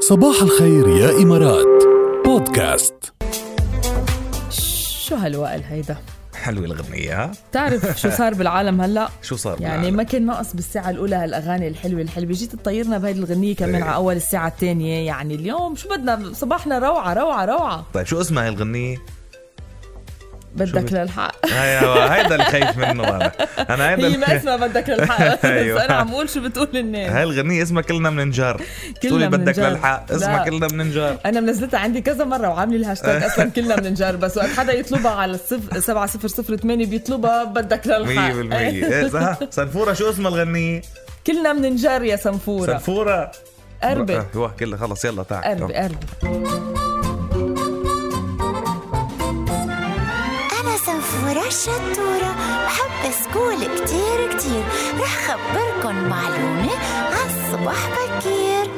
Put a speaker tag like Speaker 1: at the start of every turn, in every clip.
Speaker 1: صباح الخير يا إمارات بودكاست
Speaker 2: شو هالوائل هيدا
Speaker 3: حلوه الاغنيه ها؟
Speaker 2: تعرف شو صار بالعالم هلا
Speaker 3: شو صار
Speaker 2: يعني
Speaker 3: بالعالم؟
Speaker 2: ما كان ناقص بالساعة الأولى هالأغاني الحلوة الحلوة جيت تطيرنا بهيدي الغنية كمان
Speaker 3: إيه.
Speaker 2: على أول الساعة الثانية يعني اليوم شو بدنا صباحنا روعة روعة روعة
Speaker 3: طيب شو اسمها هاي الغنيه؟
Speaker 2: بدك
Speaker 3: بت-
Speaker 2: للحق
Speaker 3: هاي هو- هيدا اللي خايف منه انا انا هيدا
Speaker 2: هي ما
Speaker 3: اللي-
Speaker 2: اسمها بدك للحق بس
Speaker 3: أيوة.
Speaker 2: أنا عم بقول شو بتقول الناس
Speaker 3: هاي الغنيه اسمها كلنا بننجر
Speaker 2: كلنا
Speaker 3: تقولي بدك
Speaker 2: بننجر.
Speaker 3: للحق
Speaker 2: لا.
Speaker 3: اسمها كلنا بننجر
Speaker 2: انا منزلتها عندي كذا مره وعامله الهاشتاج اصلا كلنا بننجر بس وقت حدا يطلبها على الصف 7008 بيطلبها بدك
Speaker 3: 100%
Speaker 2: للحق
Speaker 3: إيه، صح؟ سنفوره شو اسمها الغنيه؟
Speaker 2: كلنا بننجر يا سنفوره
Speaker 3: سنفوره
Speaker 2: قربي
Speaker 3: آه، هو كله خلص يلا تعال
Speaker 2: قربي قربي
Speaker 4: أنا سنفورة الشطورة بحب سكول كتير كتير رح خبركن معلومة عالصبح بكير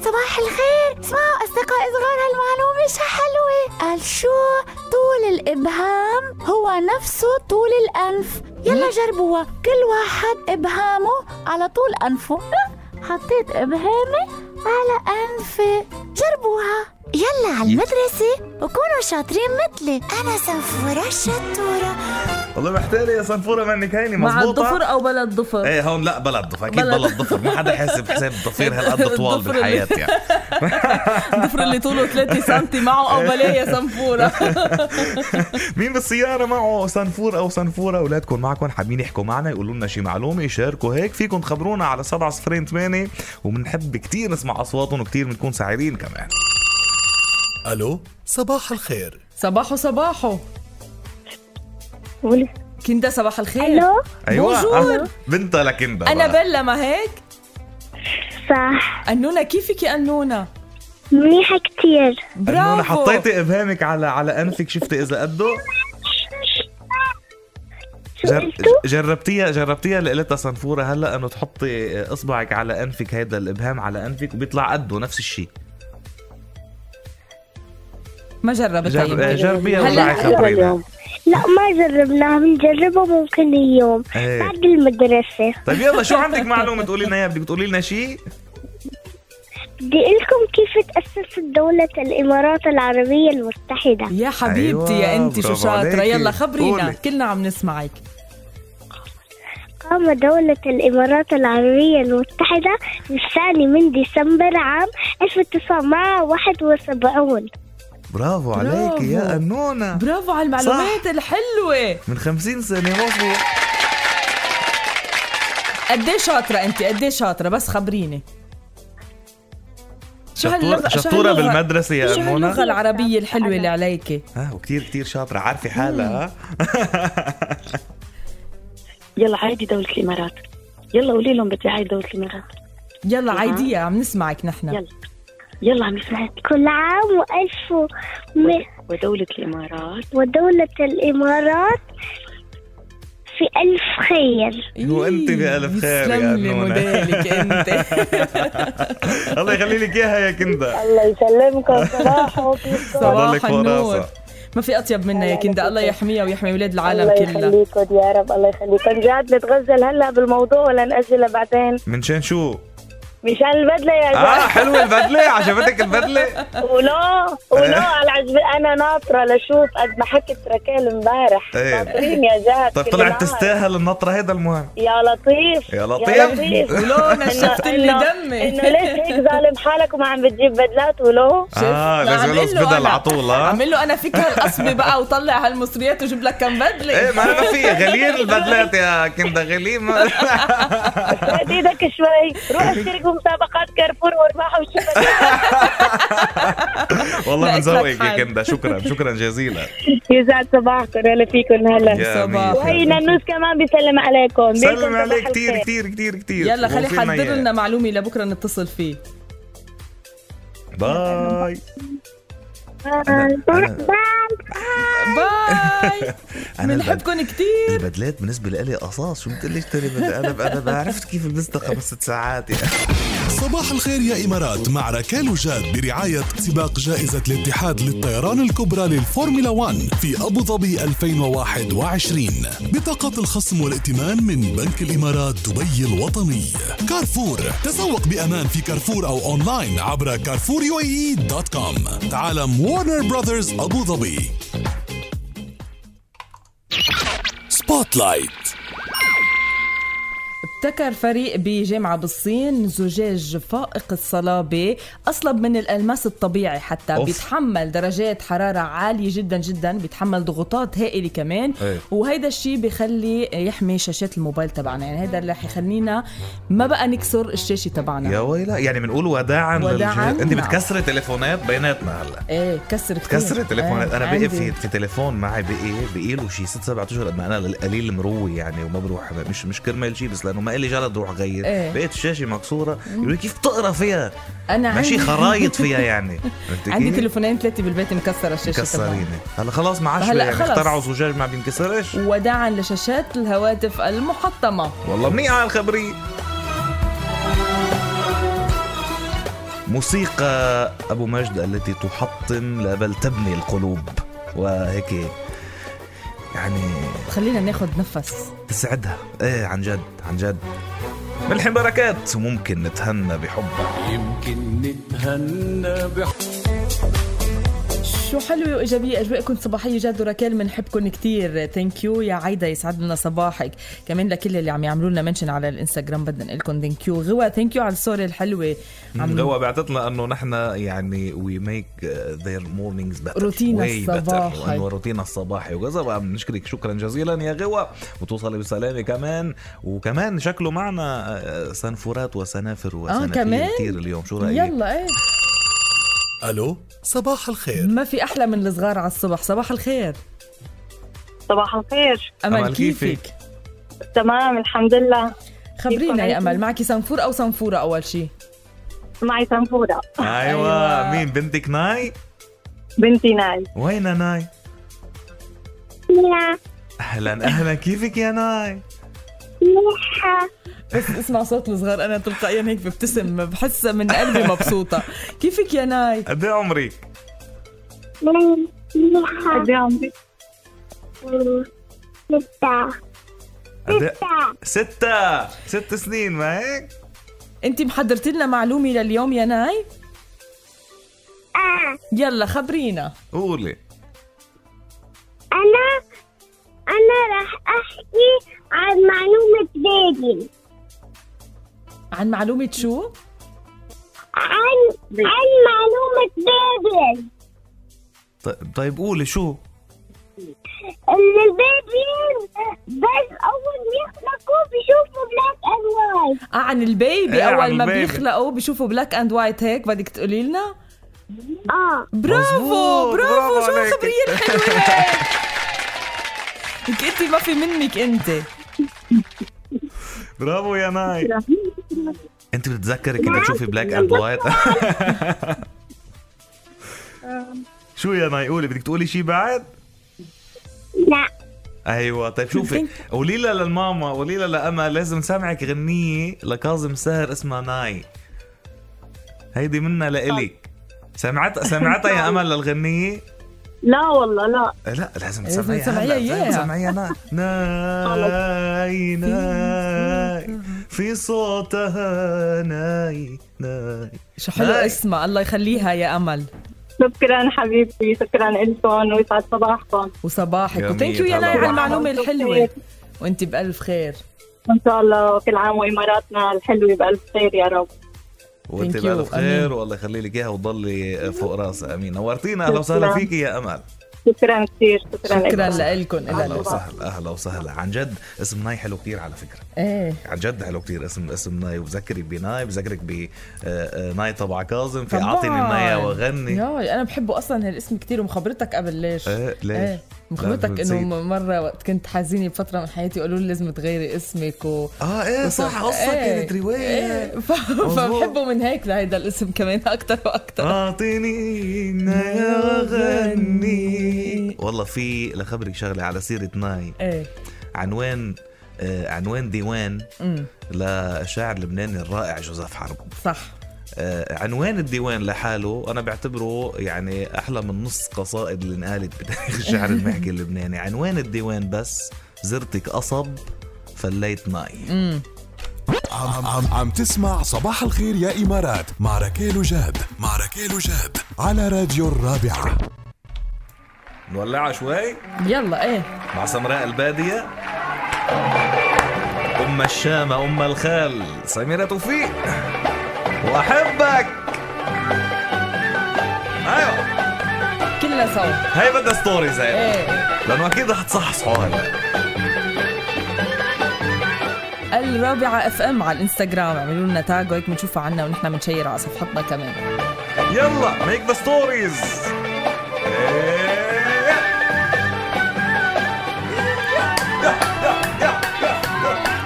Speaker 4: صباح الخير اسمعوا أصدقائي صغار هالمعلومة شو حلوة قال شو طول الإبهام هو نفسه طول الأنف يلا جربوها كل واحد إبهامه على طول أنفه حطيت إبهامي على أنفي جربوها يلا على المدرسة وكونوا شاطرين مثلي أنا سنفورة الشطورة
Speaker 3: والله محتاجه يا سنفوره منك هيني
Speaker 2: مع
Speaker 3: مظبوطه
Speaker 2: الضفر او بلا الضفر
Speaker 3: ايه هون لا بلا الضفر اكيد
Speaker 2: بلا
Speaker 3: بلا الضفر ما حدا حاسب حساب الضفير هالقد طوال
Speaker 2: الضفر اللي-
Speaker 3: بالحياه يعني
Speaker 2: الضفر اللي طوله 3 سم معه
Speaker 3: إيه.
Speaker 2: او بلا يا سنفوره
Speaker 3: مين بالسيارة معه صنفور أو صنفورة أولادكم معكم حابين يحكوا معنا يقولوا لنا شي معلومة يشاركوا هيك فيكم تخبرونا على 708 وبنحب كتير نسمع أصواتهم وكتير بنكون سعيدين كمان
Speaker 1: ألو صباح الخير
Speaker 2: صباحو صباحو
Speaker 5: قولي
Speaker 2: كندا صباح الخير
Speaker 5: الو
Speaker 2: بونجور.
Speaker 3: آه، بنتها لكندا
Speaker 2: انا
Speaker 3: بقى.
Speaker 2: بلا ما هيك
Speaker 5: صح
Speaker 2: انونا كيفك يا انونا
Speaker 5: منيحة كتير
Speaker 3: أنونا
Speaker 2: برافو
Speaker 3: حطيتي إبهامك على على أنفك شفتي إذا قده
Speaker 5: شو
Speaker 3: جر...
Speaker 5: قلتوا؟
Speaker 3: جربتيها جربتيها اللي قلتها صنفورة هلا إنه تحطي إصبعك على أنفك هيدا الإبهام على أنفك وبيطلع قده نفس الشيء
Speaker 2: ما جربتها
Speaker 3: جرب... آه،
Speaker 2: يمكن.
Speaker 3: جربيها
Speaker 2: هلا-
Speaker 3: ورجعي خبرينا
Speaker 5: اليوم لا ما جربناها بنجربها ممكن اليوم
Speaker 3: إيه.
Speaker 5: بعد المدرسة
Speaker 3: طيب يلا شو عندك معلومة تقولي لنا إياها بدك تقولي لنا شيء
Speaker 5: بدي لكم كيف تأسست دولة الإمارات العربية المتحدة
Speaker 2: يا حبيبتي
Speaker 3: أيوة،
Speaker 2: يا انت شو
Speaker 3: برافو
Speaker 2: شاطره
Speaker 3: عليكي.
Speaker 2: يلا خبرينا
Speaker 3: قولي.
Speaker 2: كلنا عم نسمعك
Speaker 5: قام دولة الإمارات العربية المتحدة بالثاني من ديسمبر عام 1971
Speaker 3: برافو
Speaker 2: برافو.
Speaker 3: عليك يا أنونا
Speaker 2: برافو على المعلومات الحلوه
Speaker 3: من خمسين سنة وصلوا
Speaker 2: قد ايه شاطره انت قد ايه شاطره بس خبريني شو هاللغة- شو
Speaker 3: شطورة
Speaker 2: هاللغة-
Speaker 3: بالمدرسة يا
Speaker 2: شو اللغه
Speaker 3: أمونة
Speaker 2: العربيه الحلوه اللي عليكي
Speaker 3: ها آه، وكتير كتير شاطرة عارفة حالها ها؟
Speaker 6: يلا عادي دولة الإمارات يلا قولي لهم بدي عايد دولة الإمارات
Speaker 2: يلا عادية عم نسمعك نحن
Speaker 6: يلا يلا عم يسمعوا
Speaker 5: كل عام وألف ومئة
Speaker 6: ودولة الإمارات
Speaker 5: ودولة الإمارات في ألف خير
Speaker 3: وأنت بألف خير يا
Speaker 2: إيه، يسلم لي
Speaker 3: أنونة.
Speaker 2: موديلك أنت
Speaker 3: آه، الله يخلي لك إياها يا كندا
Speaker 5: الله يسلمكم صباحو كيفكم؟
Speaker 2: صباح
Speaker 3: ضلك
Speaker 2: النور
Speaker 3: وراسة.
Speaker 2: ما في أطيب منها يا كندا الله يحميها ويحمي أولاد العالم
Speaker 5: الله
Speaker 2: كلها
Speaker 5: يخليكم يا رب الله يخليكم جاد نتغزل هلا بالموضوع ولا نأجله بعدين
Speaker 3: من شان شو؟
Speaker 5: مشان البدلة يا
Speaker 3: آه
Speaker 5: جاد
Speaker 3: حلوة البدلة عجبتك البدلة؟
Speaker 5: ولو ولو
Speaker 3: إيه.
Speaker 5: على عجب أنا ناطرة لشوف قد ما حكت ركال امبارح
Speaker 3: إيه.
Speaker 5: ناطرين يا جاد
Speaker 3: طيب
Speaker 5: كل
Speaker 3: طلعت
Speaker 5: العالم.
Speaker 3: تستاهل النطرة هيدا المهم
Speaker 5: يا لطيف
Speaker 3: يا لطيف.
Speaker 2: ولو نشفت لي
Speaker 5: إنه-
Speaker 2: دمي
Speaker 5: انه ليش هيك ظالم حالك وما عم بتجيب بدلات ولو
Speaker 2: شفت؟
Speaker 3: آه،
Speaker 2: لا،
Speaker 3: لازم
Speaker 2: عم
Speaker 3: يلبس
Speaker 2: قل له
Speaker 3: بدل
Speaker 2: أنا.
Speaker 3: على طول، ها؟
Speaker 2: عم قل له أنا فكها القصبة بقى وطلع هالمصريات وجيب لك كم
Speaker 3: ايه
Speaker 2: بدلة
Speaker 3: ما أنا في غليل البدلات يا كندا غليل ما-
Speaker 5: رد ايدك شوي روح اشترك بمسابقات كارفور واربحوا وشوف
Speaker 3: والله
Speaker 2: لا،
Speaker 3: من ذوقك
Speaker 2: إكرام
Speaker 3: يا
Speaker 2: حال.
Speaker 3: كندا شكرا شكرلا جزيلا
Speaker 5: يسعد صباحكم هلا فيكم هلا
Speaker 3: يا
Speaker 2: صباح.
Speaker 3: أمير.
Speaker 5: وهي نانوس كمان بيسلم عليكم بيكم
Speaker 3: سلم
Speaker 5: صباح
Speaker 3: عليك كتير
Speaker 5: الخير.
Speaker 3: كتير كتير كتير
Speaker 2: يلا خلي
Speaker 3: وصلنا
Speaker 2: حضر
Speaker 3: إياها.
Speaker 2: لنا معلومة لبكرة نتصل فيه
Speaker 3: باي
Speaker 2: باي
Speaker 3: أنا
Speaker 2: بنحبكم كتير
Speaker 3: البدلات بالنسبه لي قصاص شو بتقول لي اشتري بدله انا انا عرفت كيف لبستها خمس ست ساعات يعني
Speaker 1: صباح الخير يا إمارات مع ركال وجاد برعاية سباق جائزة الاتحاد للطيران الكبرى للفورمولا 1 في أبو ظبي 2021 بطاقة الخصم والائتمان من بنك الإمارات دبي الوطني كارفور تسوق بأمان في كارفور أو أونلاين عبر كارفور دوت كوم تعالم وارنر براذرز أبو ظبي سبوتلايت
Speaker 2: ابتكر فريق بجامعة بالصين زجاج فائق الصلابة أصلب من الألماس الطبيعي حتى
Speaker 3: أوف.
Speaker 2: أوف. بيتحمل درجات حرارة عالية جدا جدا بيتحمل ضغوطات هائلة كمان
Speaker 3: إيه.
Speaker 2: وهيدا الشيء بيخلي يحمي شاشات الموبايل تبعنا يعني هيدا اللي رح يخلينا ما بقى نكسر الشاشة تبعنا
Speaker 3: يا ويلا يعني بنقول وداعا
Speaker 2: نعم. وداعاً،
Speaker 3: للجهاد. انت
Speaker 2: نعم.
Speaker 3: بتكسري تليفونات بيناتنا هلا
Speaker 2: ايه كسر كتير.
Speaker 3: كسر تليفونات
Speaker 2: إيه،
Speaker 3: انا بقي
Speaker 2: عندي.
Speaker 3: في, في تليفون معي بقي إيه؟ بقي له شيء ست سبع اشهر قد ما انا قليل مروي يعني وما بروح مش مش كرمال شيء بس لانه ما لي جلد روح غير
Speaker 2: إيه.
Speaker 3: بقيت الشاشه مكسوره يقولوا لي كيف بتقرا فيها
Speaker 2: أنا
Speaker 3: ماشي
Speaker 2: عندي-
Speaker 3: خرايط فيها يعني عرفت
Speaker 2: نعم. عندي
Speaker 3: كيف؟
Speaker 2: تليفونين ثلاثة بالبيت مكسرة الشاشة تبعهم
Speaker 3: مكسرين هلا خلاص ما عاش
Speaker 2: هلا
Speaker 3: يعني
Speaker 2: خلص.
Speaker 3: اخترعوا زجاج ما بينكسرش
Speaker 2: وداعا لشاشات الهواتف المحطمة
Speaker 3: والله آه منيحه الخبريه موسيقى ابو مجد التي تحطم لا بل تبني القلوب وهيك يعني
Speaker 2: خلينا ناخد نفس
Speaker 3: تسعدها ايه عن جد عن جد ملحم بركات وممكن نتهنى بحبها
Speaker 7: يمكن نتهنى
Speaker 2: شو حلو وايجابيه اجواءكم الصباحيه جد وركال بنحبكم كثير ثانك يو يا عايده يسعد لنا صباحك كمان لكل اللي عم يعملوا لنا منشن على الانستغرام بدنا نقول لكم ثانك يو غوا ثانك يو على الصوره الحلوه عم
Speaker 3: غوا بعتتنا انه نحن يعني وي ميك ذير مورنينجز better
Speaker 2: روتينا
Speaker 3: way better.
Speaker 2: الصباحي.
Speaker 3: وانه روتينا الصباحي وكذا بقى بنشكرك شكرا جزيلا يا غوا وتوصلي بسلامه كمان وكمان شكله معنا آه، سنفورات وسنافر وسنافير
Speaker 2: آه، كمان؟
Speaker 3: كثير اليوم شو رايك؟
Speaker 2: يلا ايه
Speaker 1: ألو صباح الخير
Speaker 2: ما في احلى من الصغار على الصبح صباح الخير
Speaker 5: صباح الخير
Speaker 2: امل
Speaker 3: أمل كيفك؟
Speaker 2: كيفك
Speaker 5: تمام الحمد لله كيفكن
Speaker 2: خبرينا يا
Speaker 5: أنتم؟
Speaker 2: امل معك سنفور او صنفوره اول شيء
Speaker 5: معي سنفورة
Speaker 3: ايوه
Speaker 2: أيوة.
Speaker 3: مين بنتك ناي؟
Speaker 5: بنتي ناي
Speaker 3: وين ناي؟ اهلا اهلا كيفك يا ناي؟
Speaker 2: بس اسمع صوت الصغار انا تلقائيا هيك ببتسم بحس من قلبي مبسوطه كيفك يا ناي
Speaker 3: قد إيه عمرك؟
Speaker 5: قد ايه عمرك؟
Speaker 3: قد إيه- ستة ست سنين ما هيك؟
Speaker 2: انت محضرت لنا معلومه لليوم يا ناي
Speaker 8: آه،
Speaker 2: يلا خبرينا
Speaker 3: قولي
Speaker 8: أنا أنا راح أحكي عن معلومة دادي
Speaker 2: عن معلومة شو؟
Speaker 8: عن عن معلومة دادي
Speaker 3: طيب, طيب قولي شو؟
Speaker 8: إن البيبي بس أول ما يخلقوا بيشوفوا بلاك أند وايت
Speaker 2: آه عن البيبي
Speaker 3: إيه،
Speaker 2: أول
Speaker 3: عن
Speaker 2: ما
Speaker 3: البيبي.
Speaker 2: بيخلقوا بيشوفوا بلاك أند وايت هيك بدك تقولي لنا؟
Speaker 8: آه
Speaker 2: برافو
Speaker 3: مظبوط، برافو
Speaker 2: برافو شو
Speaker 3: عليك.
Speaker 2: الخبرية الحلوة هيك لك انت ما في منك انت
Speaker 3: برافو يا ناي انت بتتذكري كنت تشوفي بلاك اند وايت شو يا ناي قولي بدك تقولي شي بعد؟
Speaker 8: لا
Speaker 3: ايوه طيب شوفي قولي لها للماما قولي لها لأما لازم سمعك غنية لكاظم ساهر اسمها ناي هيدي منا لإلك سمعت سمعتها يا امل للغنيه؟
Speaker 5: لا والله لا
Speaker 3: لا لازم
Speaker 2: لازم
Speaker 3: تسمعيها
Speaker 2: تسمعيها
Speaker 3: هلا،
Speaker 2: إياها.
Speaker 3: لازم تسمعيها نا ناي ناي في صوتها ناي ناي
Speaker 2: شو حلو
Speaker 3: ناي.
Speaker 2: اسمها الله يخليها يا أمل
Speaker 5: شكرا حبيبتي شكرا إلكم ويسعد صباحكم
Speaker 2: وصباحك
Speaker 3: يا
Speaker 2: وثانك يو
Speaker 3: ميت،
Speaker 2: يا
Speaker 3: الله
Speaker 2: ناي على
Speaker 3: يرحمها.
Speaker 2: المعلومة
Speaker 5: الله
Speaker 2: الحلوة
Speaker 5: يخليك.
Speaker 2: وانت بألف خير
Speaker 5: إن شاء الله كل عام وإماراتنا الحلوة بألف خير يا رب
Speaker 3: وانت
Speaker 2: Thank you.
Speaker 3: بألف خير
Speaker 2: أمين.
Speaker 3: والله يخلي لك اياها وتضلي فوق راسها امين نورتينا اهلا وسهلا
Speaker 5: تسلم.
Speaker 3: فيكي يا امل
Speaker 5: شكرا كثير شكرا
Speaker 2: شكرا
Speaker 5: لكم
Speaker 2: لإلكم
Speaker 3: اهلا
Speaker 2: إلك
Speaker 3: وسهلا اهلا وسهلا عن جد اسم ناي حلو كثير على فكره
Speaker 2: ايه
Speaker 3: عن جد حلو كثير اسم اسم ناي وبذكرك بناي بذكرك بناي تبع كاظم في
Speaker 2: طبعاً.
Speaker 3: اعطيني الناي وغني
Speaker 2: يا انا بحبه اصلا هالاسم كثير ومخبرتك قبل ليش
Speaker 3: ايه ليش؟
Speaker 2: ايه مخبرتك
Speaker 3: لا،
Speaker 2: انه
Speaker 3: نسيت.
Speaker 2: م- مره وقت كنت حزينه بفتره من حياتي قالوا لي لازم تغيري اسمك و
Speaker 3: اه ايه صح قصه
Speaker 2: إيه،
Speaker 3: كانت روايه
Speaker 2: ايه ف... فبحبه من هيك لهيدا الاسم كمان اكثر
Speaker 3: آه.
Speaker 2: واكثر
Speaker 3: اعطيني ناي وغني والله في لخبرك شغله على سيره ناي
Speaker 2: ايه
Speaker 3: عنوان آه عنوان ديوان
Speaker 2: امم
Speaker 3: لشاعر لبناني الرائع جوزيف حرب
Speaker 2: صح
Speaker 3: آه، عنوان الديوان لحاله انا بعتبره يعني احلى من نص قصائد اللي انقالت بتاريخ الشعر المحكي اللبناني عنوان الديوان بس زرتك قصب فليت ناي
Speaker 2: امم
Speaker 1: عم, عم, عم تسمع صباح الخير يا إمارات مع ركيل وجاد مع ركيل وجاد على راديو الرابعة
Speaker 3: نولعها شوي
Speaker 2: يلا ايه
Speaker 3: مع سمراء البادية أم الشام أم الخال سميرة توفيق وأحبك أيوة
Speaker 2: كلنا سوا
Speaker 3: هاي بدها ستوريز هاي
Speaker 2: ايه
Speaker 3: لأنه أكيد رح تصحصحوا هلا
Speaker 2: الرابعة اف ام على الانستغرام اعملوا لنا تاج وهيك بنشوفها عنا ونحن بنشير على صفحتنا كمان
Speaker 3: يلا ميك ذا ستوريز إيه.